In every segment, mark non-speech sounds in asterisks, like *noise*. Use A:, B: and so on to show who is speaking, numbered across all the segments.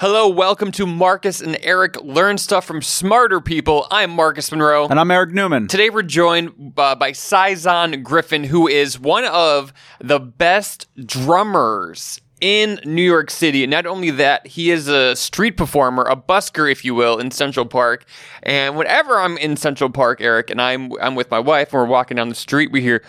A: Hello, welcome to Marcus and Eric Learn Stuff from Smarter People. I'm Marcus Monroe.
B: And I'm Eric Newman.
A: Today we're joined uh, by Saison Griffin, who is one of the best drummers in New York City. And not only that, he is a street performer, a busker, if you will, in Central Park. And whenever I'm in Central Park, Eric, and I'm I'm with my wife, and we're walking down the street, we hear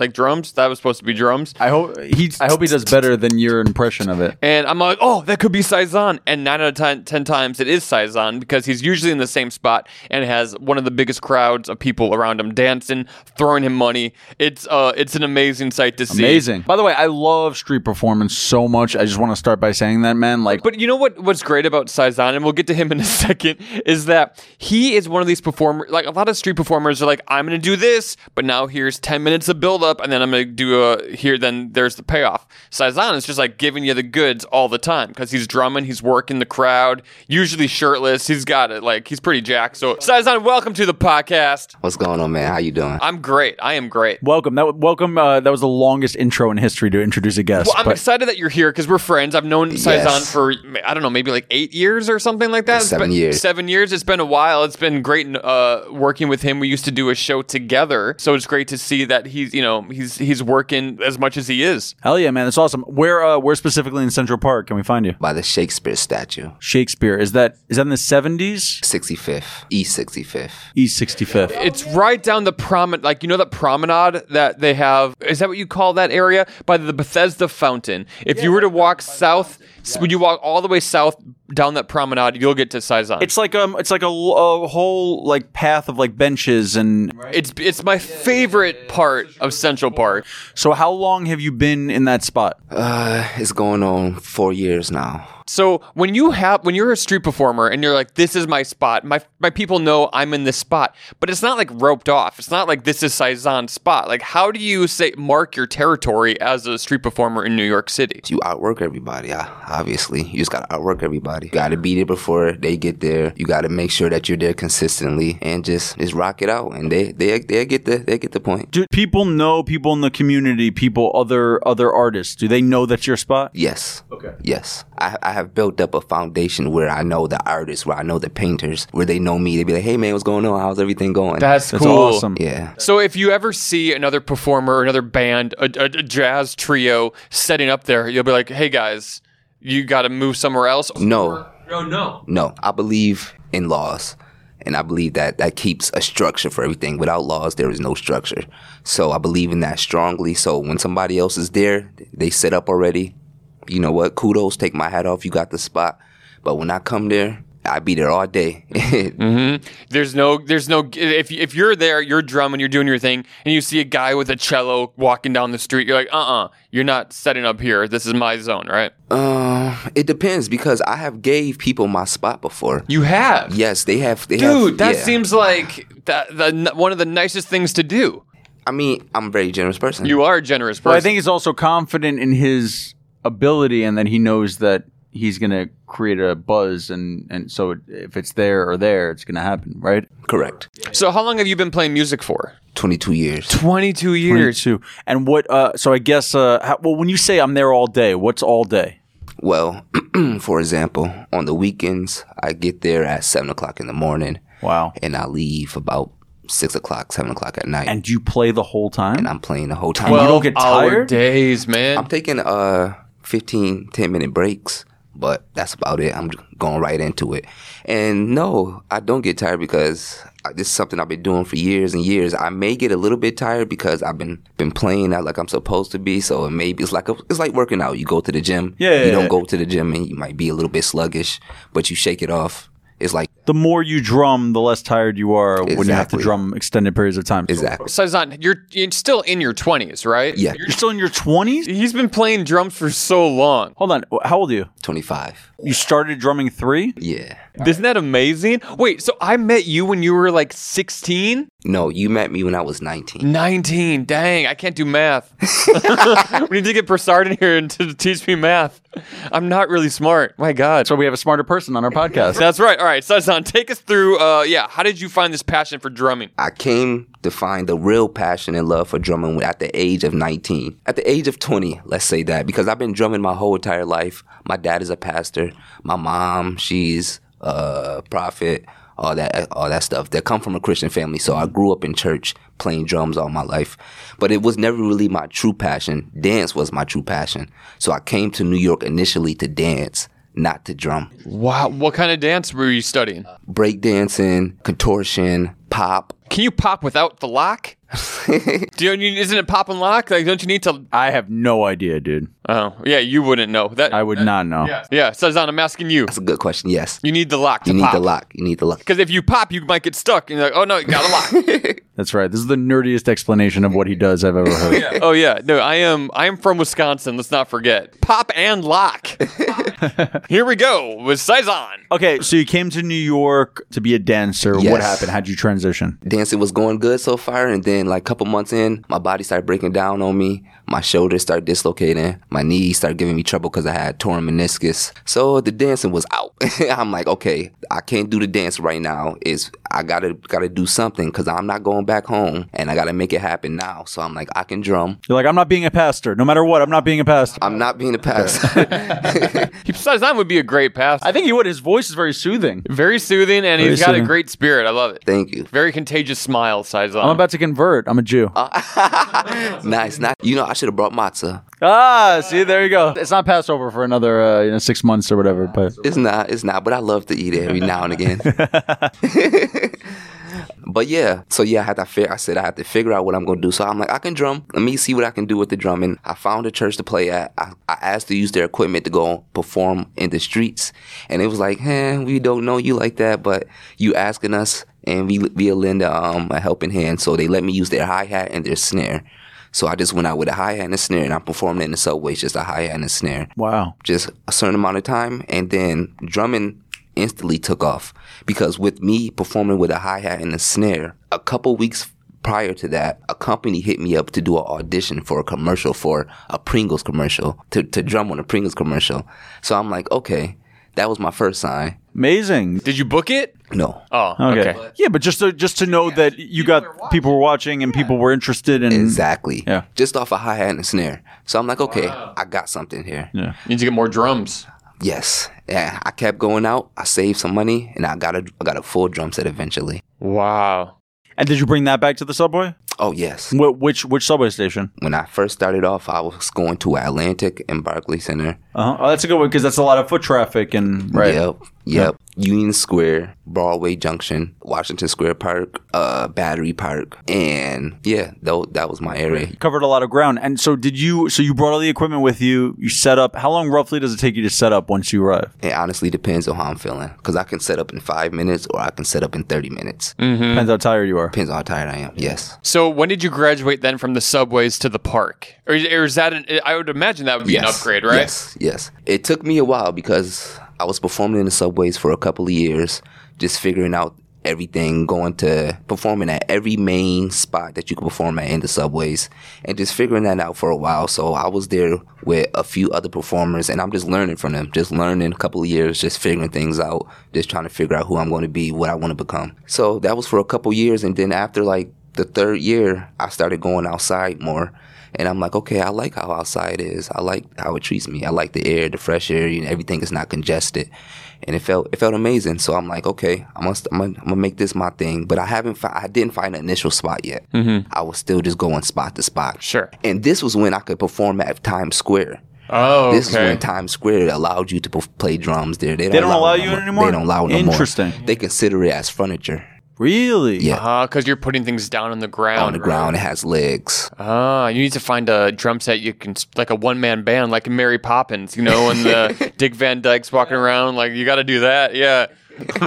A: like drums. That was supposed to be drums.
B: I hope he I hope he does better than your impression of it.
A: And I'm like, oh, that could be Saison. And nine out of ten, 10 times it is Saison because he's usually in the same spot and has one of the biggest crowds of people around him dancing, throwing him money. It's uh, it's an amazing sight to see.
B: Amazing. By the way, I love street performance so much. I just want to start by saying that, man. Like
A: But you know what? What's great about Saison, and we'll get to him in a *laughs* second, is that he is one of these performers. Like a lot of street performers are like, I'm going to do this, but now here's ten minutes of build up, and then I'm going to do a here. Then there's the payoff. Saison is just like giving you the goods all the time because he's drumming, he's working the crowd, usually shirtless. He's got it. Like he's pretty jacked. So Saison, welcome to the podcast.
C: What's going on, man? How you doing?
A: I'm great. I am great.
B: welcome. That welcome uh, that was the longest intro in history to introduce a guest.
A: Well, I'm
B: but
A: excited that you're here because we're friends. I've known Saison
C: Yes.
A: for I don't know, maybe like eight years or something like that. It's
C: Seven
A: been-
C: years.
A: Seven years. It's been a while. It's been great uh, working with him. We used to do a show together, so it's great to see that he's you know he's he's working as much as he is.
B: hell yeah, man. That's awesome. Where uh, where specifically in Central Park can we find you?
C: By the Shakespeare statue,
B: Shakespeare. Is that is that in the 70s?
C: 65th, East 65th.
B: East 65th.
A: It's right down the promenade, like you know that promenade that they have. Is that what you call that area by the Bethesda Fountain? If you were to walk south, would you walk all the way south down that promenade? You'll get to Saison.
B: It's like um it's like a, l- a whole like path of like benches and
A: It's it's my favorite part of Central Park.
B: so how long have you been in that spot?
C: Uh, it's going on four years now.
A: So when you have when you're a street performer and you're like, this is my spot, my my people know I'm in this spot, but it's not like roped off. It's not like this is Saison's spot. Like how do you say mark your territory as a street performer in New York City?
C: You outwork everybody, uh, obviously. You just gotta outwork everybody. You gotta be there before they get there. You gotta make sure that you're there consistently and just just rock it out. And they they they get the they get the point.
B: Do people know people in the community, people other other artists? Do they know that's your spot?
C: Yes. Okay. Yes. I, I have built up a foundation where I know the artists, where I know the painters, where they know me. They be like, hey man, what's going on? How's everything going?
A: That's,
B: That's
A: cool.
B: awesome.
C: yeah.
A: So if you ever see another performer, or another band, a, a, a jazz trio setting up there, you'll be like, "Hey guys, you got to move somewhere else."
C: No.
A: no, no.
C: No, I believe in laws. And I believe that that keeps a structure for everything. Without laws, there is no structure. So I believe in that strongly. So when somebody else is there, they set up already. You know what? Kudos, take my hat off. You got the spot. But when I come there, I be there all day. *laughs*
A: Mm. There's no, there's no. If if you're there, you're drumming, you're doing your thing, and you see a guy with a cello walking down the street, you're like, "Uh, uh-uh, uh, you are not setting up here. This is my zone, right?"
C: um, it depends because I have gave people my spot before.
A: You have,
C: Yes, they have. They
A: dude.
C: have,
A: that
C: yeah.
A: seems like that the one of the nicest things to do.
C: I mean, I'm a very generous person.
A: You are a generous person.
B: Well, I think he's also confident in his ability and that he knows that he's going to create a buzz. And, and so it, if it's there or there, it's going to happen, right?
C: correct.
A: so. How long have you been playing music for?
C: 22 years.
A: Twenty-two years.
B: Too. And what, uh, so I guess, uh, how, well, when you say I'm there all day, what's all day?
C: Well, *clears throat* for example, on the weekends, I get there at seven o'clock in the morning,
B: Wow.
C: and I leave about six o'clock, seven o'clock at night, and,
B: And do you play the whole time?
C: I'm playing the whole time.
B: Well- You don't get
A: Hour
B: tired?
A: days, man.
C: I'm taking uh 15, 10 minute breaks, but that's about it. I'm going right into it, and no, I don't get tired because I- this is something I've been doing for years and years. I may get a little bit tired because I've been been playing out like I'm supposed to be, so it may be it's like a, it's like working out. You go to the gym,
B: Yeah, yeah,
C: you don't
B: yeah.
C: go to the gym, and you might be a little bit sluggish, but you shake it off. It's like
B: the more you drum, the less tired you are when you have to
C: Exactly.
B: drum extended periods of time. So
C: exactly,
A: Saison, you're, you're still in your 20s, right?
C: yeah,
B: You're still in your 20s?
A: He's been playing drums for so long.
B: Hold on. How old are you?
C: twenty five,
B: You started drumming three?
C: yeah.
A: Isn't that amazing? Wait, so I met you when you were like 16?
C: No, you met me when I was 19.
A: 19. Dang, I can't do
C: *laughs*
A: math. *laughs* we need to get Broussard in here and to teach me math. I'm not really smart. My God.
B: So we have a smarter person on our
A: *laughs*
B: podcast.
A: That's right. All right, Saison, Sean, take us through. Uh, yeah, how did you find this passion for drumming?
C: I came to find the real passion and love for drumming at the age of 19. At the age of 20, let's say that, because I've been drumming my whole entire life. My dad is a pastor. My mom, she's a prophet. All that, all that stuff that come from a Christian family. So I grew up in church playing drums all my life, but it was never really my true passion. Dance was my true passion. So I came to New York initially to dance, not to drum.
A: Wow, what kind of dance were you studying?
C: Breakdancing, contortion, pop.
A: Can you pop without the
C: *laughs*
A: lock? Do you, isn't it pop and lock? Like, don't you need to?
B: I have no idea, dude.
A: Oh, yeah, you wouldn't know that.
B: I would not know.
A: yeah, yeah. Sazan, I'm asking you.
C: That's a good question. Yes.
A: You need the lock to
C: You need
A: pop.
C: the lock. You need the lock.
A: Because if you pop, you might get stuck. And you're like, oh no, you got a lock.
B: That's right. This is the nerdiest explanation of what he does I've ever heard.
A: oh *laughs* yeah, no, I am. I am from Wisconsin. Let's not forget pop and
B: *laughs*
A: lock. Here we go with Saison.
B: Okay, so you came to New York to be a dancer. What
C: Yes.
B: happened? How'd you transition?
C: Dancing was going good so far, and then like a couple months in, my body started breaking down on me. My shoulders started dislocating. My knees started giving me trouble because I had torn meniscus. So the dancing was out. *laughs* I'm like, okay, I can't do the dance right now. Is I gotta gotta do something because I'm not going back home, and I gotta make it happen now. So I'm like, I can drum.
B: You're like, I'm not being a pastor. No matter what, I'm not being a pastor.
C: I'm not being a pastor. *laughs*
A: Saison would be a great pass.
B: I think he would. His voice is very soothing.
A: Very soothing, and he's got
B: soothing.
A: a great spirit. I love it.
C: Thank you.
A: Very contagious smile, Saison.
B: I'm about to convert. I'm a Jew.
C: Nice. Not you know I should have brought matzah.
B: ah, see, there you go. It's not Passover for another uh, you know, six months or whatever. But
C: It's not. It's not. But I love to eat it every now and again. but yeah, so yeah, I had to. Fig- I said I had to figure out what I'm gonna do. So I'm like, I can drum. Let me see what I can do with the drumming. I found a church to play at. I, I asked to use their equipment to go perform in the streets, and it was like, eh, we don't know you like that, but you asking us, and we we'll lend um, a helping hand. So they let me use their hi hat and their snare. So I just went out with a hi hat and a snare, and I performed in the subways just a hi hat and a snare
B: wow,
C: just a certain amount of time, and then drumming instantly took off because with me performing with a hi hat and a snare, a couple weeks prior to that, a company hit me up to do an audition for a commercial for a Pringles commercial to to drum on a Pringles commercial. So I'm like, okay, that was my first sign.
B: amazing.
A: Did you book it?
C: No,
A: Oh,
B: Okay.
A: okay.
B: Yeah, but just to just to know that you got people were watching and people were interested and
C: exactly.
B: Mm-hmm. Yeah.
C: Just off a hi hat and a snare. So I'm like, okay, I got something here.
B: yeah.
A: Need to get more drums.
C: Yes. Yeah. I kept going out. I saved some money, and I got a I got a full drum set eventually.
A: Wow.
B: And did you bring that back to the subway?
C: Oh yes.
B: Wh- which which subway station?
C: when I first started off, I was going to Atlantic and Barclay Center.
B: Uh-huh. Oh, that's a good one because that's a lot of foot traffic and
C: Yep. Yep. Union Square, Broadway Junction, Washington Square Park, uh, Battery Park, and yeah, tho- that was my area.
B: Covered a lot of ground. And so did you? So you brought all the equipment with you. You set up. How long roughly does it take you to set up once you arrive?
C: It honestly depends on how I'm feeling, cause I can set up in five minutes or I can set up in thirty minutes.
B: Depends how tired you are.
C: Depends on how tired I am. Yes.
A: So when did you graduate then from the subways to the park? Or, is- or is that an, I would imagine that would be an
C: Yes.
A: upgrade, right?
C: Yes, yes. It took me a while because I was performing in the subways for a couple of years, just figuring out everything, going to performing at every main spot that you could perform at in the subways, and just figuring that out for a while. So I was there with a few other performers, and I'm just learning from them, just learning a couple of years, just figuring things out, just trying to figure out who I'm going to be, what I want to become. So that was for a couple of years, and then after like the third year, I started going outside more. And I'm like, okay, I like how outside is. I like how it treats me. I like the air, the fresh air, and everything is not congested. And it felt it felt amazing. So I'm like, okay, I must I'm gonna, I'm gonna make this my thing. But I haven't fi- I didn't find an initial spot yet. Mm-hmm. I was still just going spot to spot.
A: Sure.
C: And this was when I could perform at Times Square.
A: Oh,
C: This is
A: okay.
C: when Times Square allowed you to perf- play drums there. They don't,
B: don't allow
C: no
B: you
C: more.
B: anymore?
C: They don't allow no more.
B: Interesting.
C: They consider it as furniture
B: Really?
C: Yeah.
A: because Uh, you're putting things down on the ground.
C: on the ground. It has legs.
A: Ah, you need to find a drum set you can like a one man band, like Mary Poppins, you know, and the Dick Van Dyke's walking around. Like you got to do that, yeah. *laughs*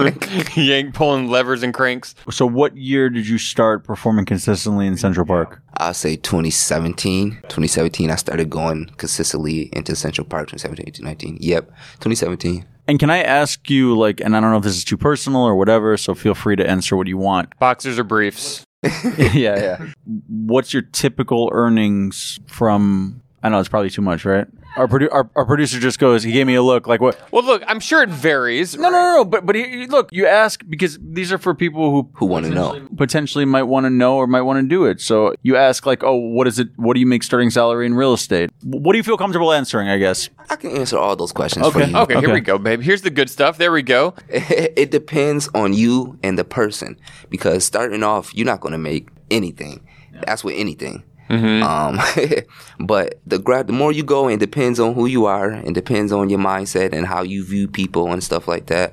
A: Yank pulling levers and cranks.
B: So what year did you start performing consistently in Central Park?
C: I'll say 2017. 2017, I started going consistently into Central Park, 2017, 18, 19. Yep, 2017.
B: And can I ask you, like, and I don't know if this is too personal or whatever, so feel free to answer what you want.
A: Boxers or briefs?
B: yeah, yeah. What's your typical earnings from? I know it's probably too much, right? Our, produ- our, our producer just goes. He gave me a look like what?
A: Well, look, I'm sure it varies.
B: No, no, no, no. But but he, he- look, you ask because these are for people who
C: Who want to know?
B: potentially might want to know or might want to do it. So you ask like, oh, what is it? What do you make starting salary in real estate? What do you feel comfortable answering? I guess.
C: I can answer all those questions for
B: Okay.
C: you.
A: Okay,
B: Okay.
A: here we go, babe. Here's the good stuff. There we go.
C: *laughs* it depends on you and the person because starting off you're not going to make anything that's with anything um, *laughs* but the grab the more you go and depends on who you are and depends on your mindset and how you view people and stuff like that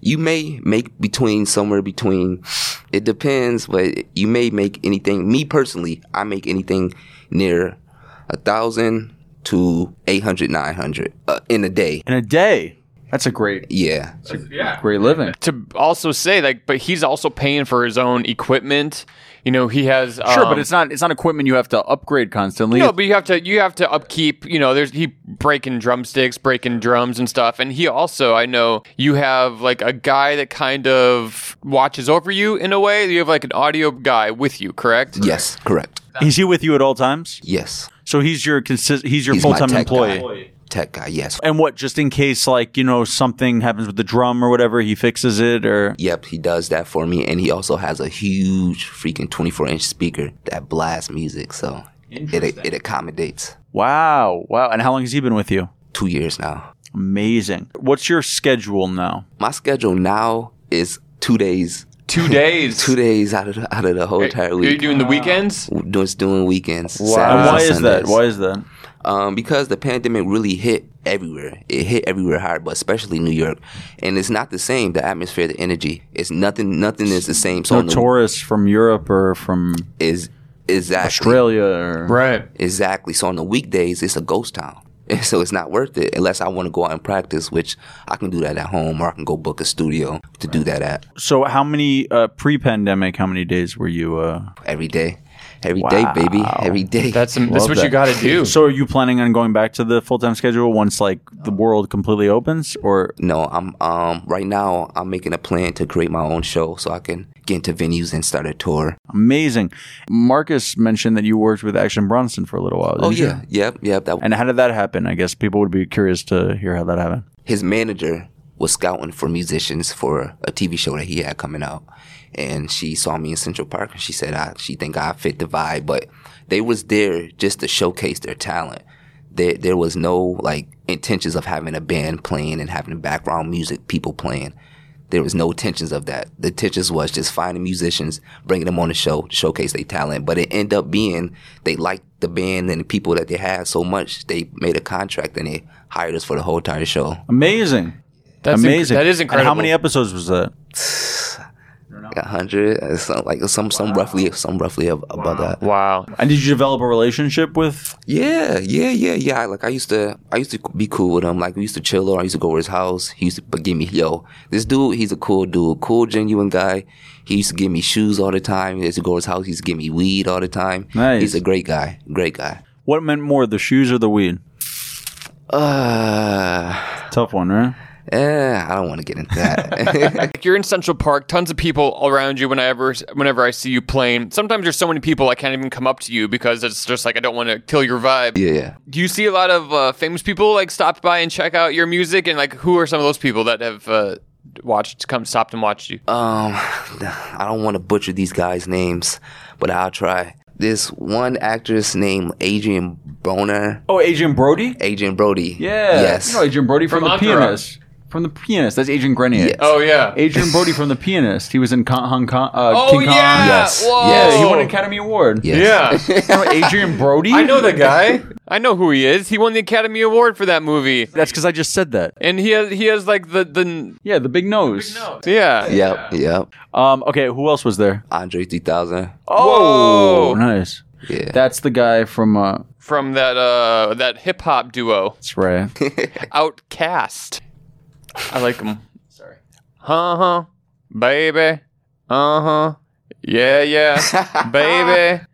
C: you may make between somewhere between it depends but you may make anything me personally i make anything near a thousand to 800 900 uh, in a day
B: In a day, that's a great
C: yeah
B: great living.
A: To also say, like, but he's also paying for his own equipment. You know, he has
B: Sure,
A: um,
B: but it's not it's not equipment you have to upgrade constantly.
A: No, but you have to you have to upkeep. You know, there's he breaking drumsticks, breaking drums and stuff. And he also, I know, you have like a guy that kind of watches over you in a way. You have like an audio guy with you, correct?
C: yes correct
B: Is he with you at all times?
C: yes
B: So he's your consist he's your
C: He's
B: full
C: my
B: time
C: tech
B: employee.
C: guy. Tech guy, yes.
B: And what, just in case, like, you know, something happens with the drum or whatever, he fixes it or.
C: Yep, he does that for me, and he also has a huge freaking 24 inch speaker that blasts music, so it it accommodates.
B: Wow. Wow. And how long has he been with you?
C: Two years now.
B: Amazing. What's your schedule now?
C: My schedule now is two days,
A: *laughs* Two days.
C: two days out of the, out of the whole entire
A: You're
C: week.
A: doing the weekends.
C: Just doing weekends.
B: And
C: Saturdays
B: why
C: and
B: is that?
C: Sundays.
B: Why is that?
C: um, because the pandemic really hit everywhere. It hit everywhere hard, but especially New York. And it's not the same. The atmosphere, the energy, it's nothing. Nothing is the same. So
B: No
C: on the-
B: tourists from Europe or from
C: is exactly
B: Australia or.
A: Right.
C: Exactly. So on the weekdays, it's a ghost town. *laughs* And so it's not worth it unless I want to go out and practice, which I can do that at home or I can go book a studio to do that at
B: So, how many, uh, pre pandemic, how many days were you, uh.
C: every day. every day, baby. Every day.
A: That's that's what
B: that.
A: you got to do.
B: So, are you planning on going back to the full time schedule once, like, the world completely opens or.
C: *laughs* no, I'm um right now I'm making a plan to create my own show so I can get into venues and start a tour.
B: Amazing. Marcus mentioned that you worked with Action Bronson for a little while.
C: Oh
B: didn't you?
C: yeah. Yep, yep. That
B: And how did that happen? I guess people would be curious to hear how that happened.
C: his manager was scouting for musicians for a TV show that he had coming out, and she saw me in Central Park and she said I, she think I fit the vibe, but they was there just to showcase their talent. There, there was no like intentions of having a band playing and having background music people playing. There was no intentions of that. The intentions was just finding musicians, bringing them on the show to showcase their talent. But it ended up being they liked the band and the people that they had so much they made a contract and they hired us for the whole entire show.
B: Amazing.
A: That's inc-
B: Amazing.
A: that is
B: And
A: incredible.
B: how many episodes was that?
C: a hundred, uh, some, like some some roughly some roughly ab- above that.
A: Wow.
B: And did you develop a relationship with?
C: Yeah, yeah, yeah, yeah. Like I used to, I used to be cool with him. Like we used to chill, or I used to go to his house. He used to but give me, yo, this dude, he's a cool dude, cool, genuine guy. He used to give me shoes all the time. He used to go to his house. He used to give me weed all the time.
B: Nice.
C: He's a great guy, great guy.
B: What meant more, the shoes or the weed?
C: Uh,
B: Tough one, right?
C: eh, I don't want to get into that. *laughs*
A: Like you're in Central Park, tons of people around you whenever whenever I see you playing. Sometimes there's so many people I can't even come up to you because it's just like I don't want to kill your vibe.
C: yeah, yeah.
A: Do you see a lot of uh, famous people like stop by and check out your music? And like, who are some of those people that have uh, watched, come stopped and watched you?
C: Um, I don't want to butcher these guys' names, but I'll try. This one actress named Adrian Broner.
B: Oh, Agent Brody.
C: Adrian Brody.
B: Yeah.
C: Yes.
B: You know Agent Brody from,
A: From
B: the
A: Entourage.
B: pianist. From the pianist. That's Agent Grenier.
C: Yes.
A: oh yeah.
B: *laughs* Adrian Brody from the pianist. He was in Con- Hong Kong. Uh,
A: oh
B: King
A: yeah.
B: Kong.
C: Yes.
A: Whoa.
C: Yes.
B: Yeah, he won an Academy Award.
C: Yes.
A: Yeah.
B: *laughs* You know Adrian Brody.
A: I know the guy. *laughs* I know who he is. He won the Academy Award for that movie,
B: That's because I just said that.
A: and he has he has like the the
B: Yeah, the big nose.
A: yeah.
C: Yep. Yep.
B: Um. Okay. Who else was there?
C: Andre 3000.
A: Whoa.
B: Oh, nice.
C: Yeah. *laughs*
B: That's the guy from. Uh,
A: From that uh that hip hop duo
B: that's right.
A: Outcast. I like him. Sorry. Uh huh. Baby. Uh huh. Yeah *laughs* yeah. Baby.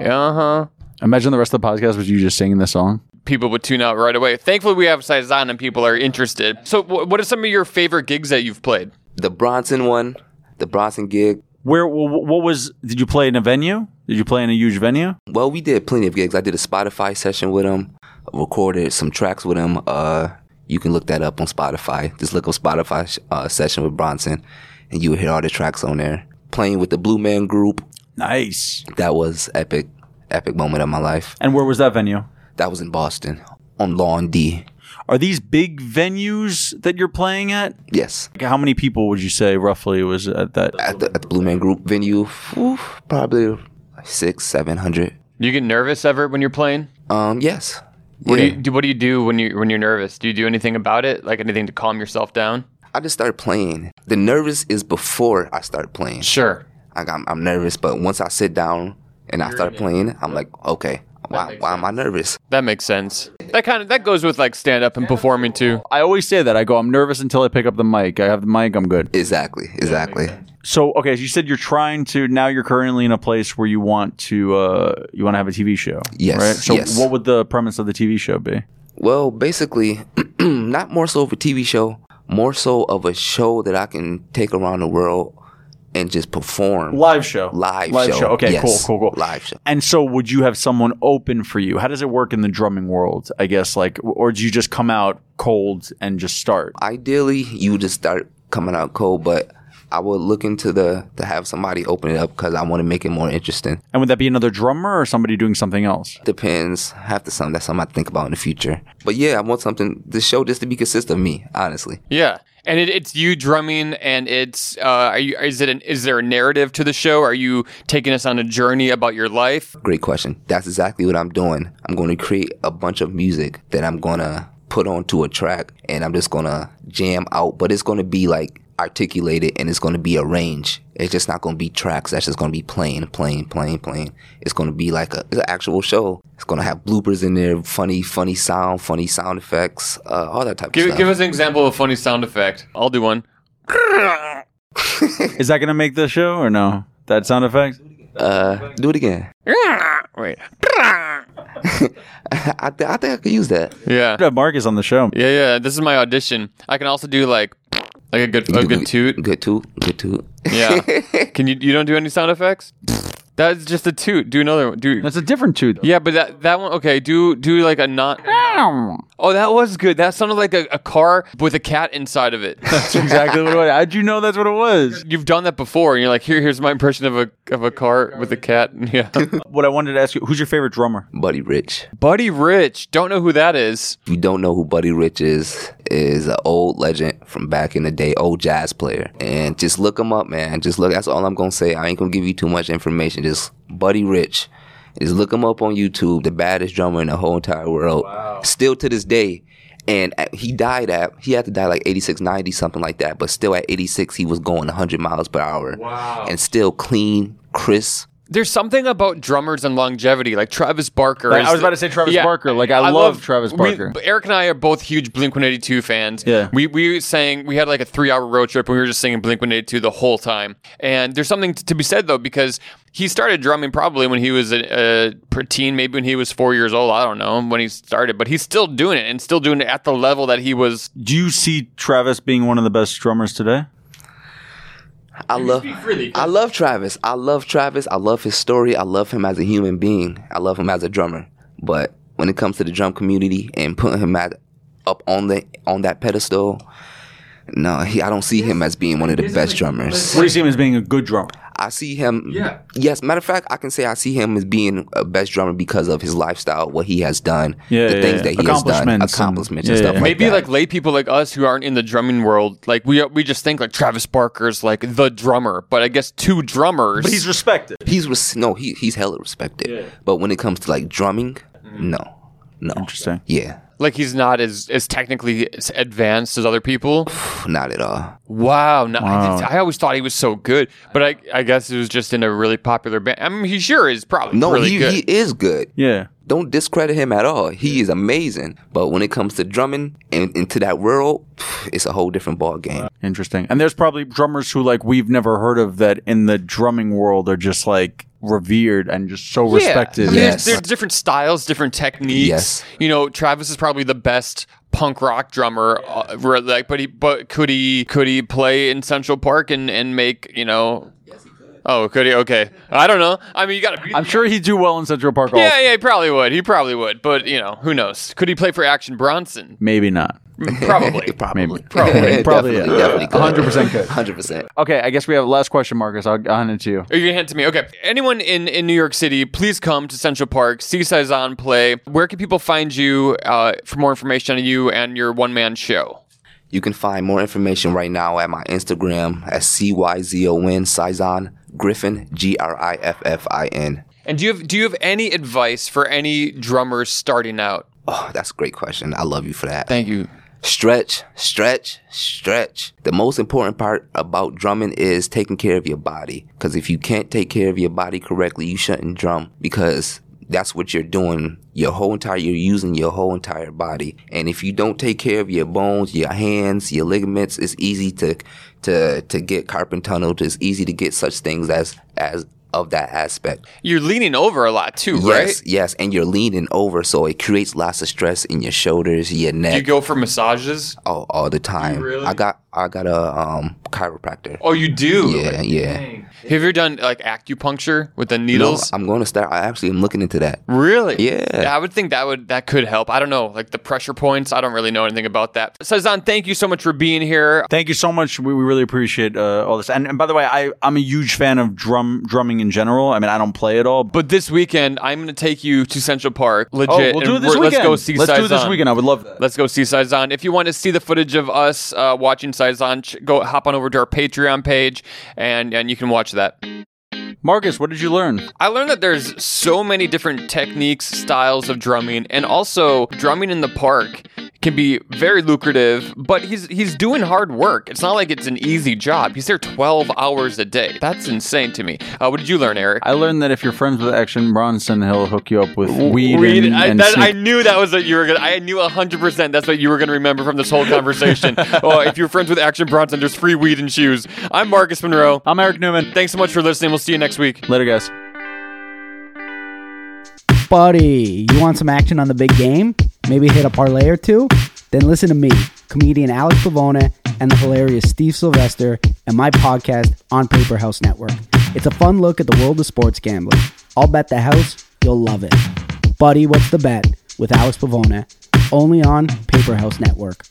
A: Uh huh.
B: Imagine the rest of the podcast was you just singing this song.
A: People would tune out right away. Thankfully, we have Saison and people are interested. So, wh- what are some of your favorite gigs that you've played?
C: the Bronson one. The Bronson gig.
B: Where? wh- What was? Did you play in a venue? Did you play in a huge venue?
C: Well, we did plenty of gigs. I did a Spotify session with him. recorded some tracks with him. Uh, you can look that up on Spotify. Just look up Spotify uh, session with Bronson, and you will hear all the tracks on there. Playing with the Blue Man Group,
B: Nice.
C: that was epic, epic moment of my life.
B: And where was that venue?
C: That was in Boston on Lawn D.
B: Are these big venues that you're playing at?
C: Yes,
B: Like, How many people would you say roughly was at that?
C: at the, at the Blue Man Group venue, oof, probably six, seven hundred.
A: Do you get nervous ever when you're playing?
C: Um, yes.
A: What do
C: Yeah.
A: you do? What do you do when you when you're nervous? Do you do anything about it? Like anything to calm yourself down?
C: I just started playing. The nervous is before I start playing.
A: Sure.
C: I got, I'm nervous, but once I sit down and I start playing, I'm like, okay, why, why am I nervous?
A: That makes sense. That kind of that goes with like stand up and performing too.
B: I always say that. I go, I'm nervous until I pick up the mic. I have the mic, I'm good.
C: Exactly, exactly.
B: So, okay, so you said you're trying to now you're currently in a place where you want to uh you want to have a TV show.
C: Yes,
B: Right? So
C: yes.
B: what would the premise of the TV show be?
C: Well, basically, *clears throat* not more so of a TV show, more so of a show that I can take around the world and just perform
B: Live show.
C: live,
B: Live
C: show.
B: show. Okay,
C: Yes.
B: cool, cool, cool.
C: Live show.
B: And so would you have someone open for you? How does it work in the drumming world? I guess like or do you just come out cold and just start?
C: ideally you just start coming out cold but i would look into the to have somebody open it up because i want to make it more interesting
B: And would that be another drummer or somebody doing something else?
C: depends half the something that's something i think about in the future but yeah i want something the show just to be consistent with me honestly
A: Yeah, and it, it's you drumming, and it's uh, are you, is it an, is there a narrative to the show? Are you taking us on a journey about your life?
C: great question that's exactly what i'm doing i'm going to create a bunch of music that i'm going to put onto a track and i'm just going to jam out but it's going to be like articulated and it's going to be arranged it's just not going to be tracks that's just going to be playing playing playing playing it's going to be like a, it's an actual show it's going to have bloopers in there funny funny sound funny sound effects uh, all that type of
A: Give,
C: stuff
A: give us an example of a funny sound effect. I'll do one.
B: Is that going to make the show or no? That sound effect?
C: uh, do it again
A: Wait.
C: I, th- I think i could use that
A: Yeah.
B: Should have Marcus on the show.
A: Yeah, yeah. This is my audition. I can also do like like a good a good toot.
C: good toot good toot
A: Yeah. Can you you don't do any sound effects? That's just a toot. Do another one. Do
B: That's a different two. though.
A: yeah, but that that one okay. Do do like a not. Oh, that was good. That sounded like a, a car with a cat inside of it.
B: That's exactly what it was. How'd you know that's what it was?
A: You've done that before, and you're like, here here's my impression of a of a car with a cat. *laughs* Yeah.
B: What I wanted to ask you, who's your favorite drummer?
C: *laughs* buddy rich
A: Buddy Rich. Don't know who that is.
C: If you don't know who Buddy Rich is, is an old legend from back in the day, old jazz player. And just look him up, man. Just look. That's all I'm gonna say. I ain't gonna give you too much information. Just Buddy Rich. Just look him up on YouTube. The baddest drummer in the whole entire world. Still to this day. And uh, he died at, he had to die like 86, 90, something like that. But still at 86, he was going 100 miles per hour. Wow. And still clean, crisp.
A: There's something about drummers and longevity, like Travis Barker.
B: Like,
A: is
B: I was about to say Travis Barker. Like, I love Travis
A: we-
B: Barker.
A: Eric and I are both huge Blink 182 fans.
B: Yeah.
A: we we sang. We had like a three hour road trip, and we were just singing Blink 182 the whole time. And there's something t- to be said though, because he started drumming probably when he was a, a teen, maybe when he was four years old. I don't know when he started, but he's still doing it and still doing it at the level that he was.
B: Do you see Travis being one of the best drummers today?
C: I love I love Travis. I love Travis. I love his story. I love him as a human being. I love him as a drummer. But when it comes to the drum community and putting him at, up on the on that pedestal, no, he, I don't see him as being one of the best drummers.
B: What do you see him as being a good drummer?
C: I see him. Yeah. Yes. Matter of fact, I can say I see him as being a best drummer because of his lifestyle, what he has done,
B: Yeah,
C: the
B: yeah,
C: things
B: yeah.
C: that he has done,
B: Accomplishments and-
C: accomplishments and,
B: yeah,
C: stuff
B: yeah.
C: like
A: Maybe
C: that.
A: like lay people like us who aren't in the drumming world, like we we just think like Travis Barker's like the drummer, but I guess two drummers.
B: But he's respected.
C: he's res- no, he, he's hella respected. But when it comes to like drumming, no, no,
B: Interesting.
C: yeah,
A: like he's not as as technically as advanced as other people.
C: not at all.
A: Wow, no, I, just- I always thought he was so good, but I I guess it was just in a really popular band. I mean, he sure is probably
C: No,
A: really
C: he,
A: good.
C: he is good.
B: Yeah.
C: Don't discredit him at all. He is amazing. But when it comes to drumming and into that world, it's a whole different ball game.
B: Interesting. And there's probably drummers who like we've never heard of that in the drumming world are just like revered and just so respected.
A: I mean,
C: Yes.
A: there's, there's different styles, different techniques.
C: Yes.
A: You know, Travis is probably the best punk rock drummer. Uh, re- like, but he, but could he, could he play in Central Park and and make you know? Oh, could he? Okay, I don't know. I mean, you got to.
B: I'm sure he'd do well in Central Park.
A: *laughs*
B: also.
A: Yeah, yeah, he probably would. He probably would. But you know, who knows? Could he play for Action
B: *laughs*
A: Bronson?
B: Maybe not.
A: Probably.
C: Probably.
B: Maybe.
C: *laughs* Probably.
B: Oh, Probably,
C: definitely,
B: yeah.
C: definitely could.
B: 100%
C: *laughs*
B: could.
C: 100%.
B: Okay, I guess we have a last question, Marcus. I'll, I'll hand it to you.
A: Or you can hand it to me. Okay. Anyone in, in New York City, please come to Central Park, see Saison play. Where can people find you uh, for more information on you and your one man show?
C: You can find more information right now at my Instagram at C-Y-Z-O-N, Sizon Griffin, G-R-I-F-F-I-N.
A: And do you have do you have any advice for any drummers starting out?
C: Oh, that's a great question. I love you for that.
A: Thank you.
C: Stretch, stretch, stretch. The most important part about drumming is taking care of your body. Because if you can't take care of your body correctly, you shouldn't drum because that's what you're doing. Your whole entire, you're using your whole entire body. And if you don't take care of your bones, your hands, your ligaments, it's easy to, to, to get carpal tunnel. It's easy to get such things as, as of that aspect.
A: You're leaning over a lot too,
C: Yes, yes. And you're leaning over. So it creates lots of stress in your shoulders, your neck.
A: right? You go for massages.
C: Oh, all the time.
A: really?
C: I got I got a um chiropractor.
A: Oh, you do.
C: yeah, yeah.
A: Have you ever done like acupuncture with the
C: No,
A: needles?
C: I'm going to start. I actually am looking into that.
A: Really?
C: Yeah.
A: I would think that would that could help. I don't know, like the pressure points. I don't really know anything about that. Saison, thank you so much for being here.
B: Thank you so much. We, we really appreciate uh, all this. And, and by the way, I, I'm a huge fan of drum drumming in general. I mean, I don't play at all, but
A: But this weekend, I'm going to take you to Central Park. Legit.
B: oh, we'll do it
A: and
B: this
A: we're-
B: weekend.
A: Let's go see
B: Let's do it this
A: Saison.
B: weekend. I would love that.
A: Let's go see Saison. If you want to see the footage of us uh, watching Saison, ch- go hop on over to our Patreon page and, and you can watch that.
B: Marcus, what did you learn?
A: I learned that there's so many different techniques, styles of drumming, and also drumming in the park can be very lucrative, but he's he's doing hard work. It's not like it's an easy job. He's there 12 hours a day. That's insane to me. Uh, what did you learn, Eric?
B: I learned that if you're friends with Action Bronson, he'll hook you up with weed,
A: Weed-
B: and,
A: I,
B: and
A: that, I
B: sneak-
A: knew that was what you were gonna I knew hundred percent that's what you were gonna remember from this whole
B: *laughs*
A: conversation. oh, if you're friends with Action Bronson, there's free weed and shoes. I'm Marcus Monroe.
B: I'm Eric Newman.
A: Thanks so much for listening. We'll see you next week.
B: Later, guys.
D: buddy, you want some action on the big game? Maybe hit a parlay or two? Then listen to me, comedian Alex Pavona and the hilarious Steve Sylvester and my podcast on Paper House Network. It's a fun look at the world of sports gambling. I'll bet the house you'll love it. Buddy, what's the bet with Alex Pavona? Only on Paper House Network.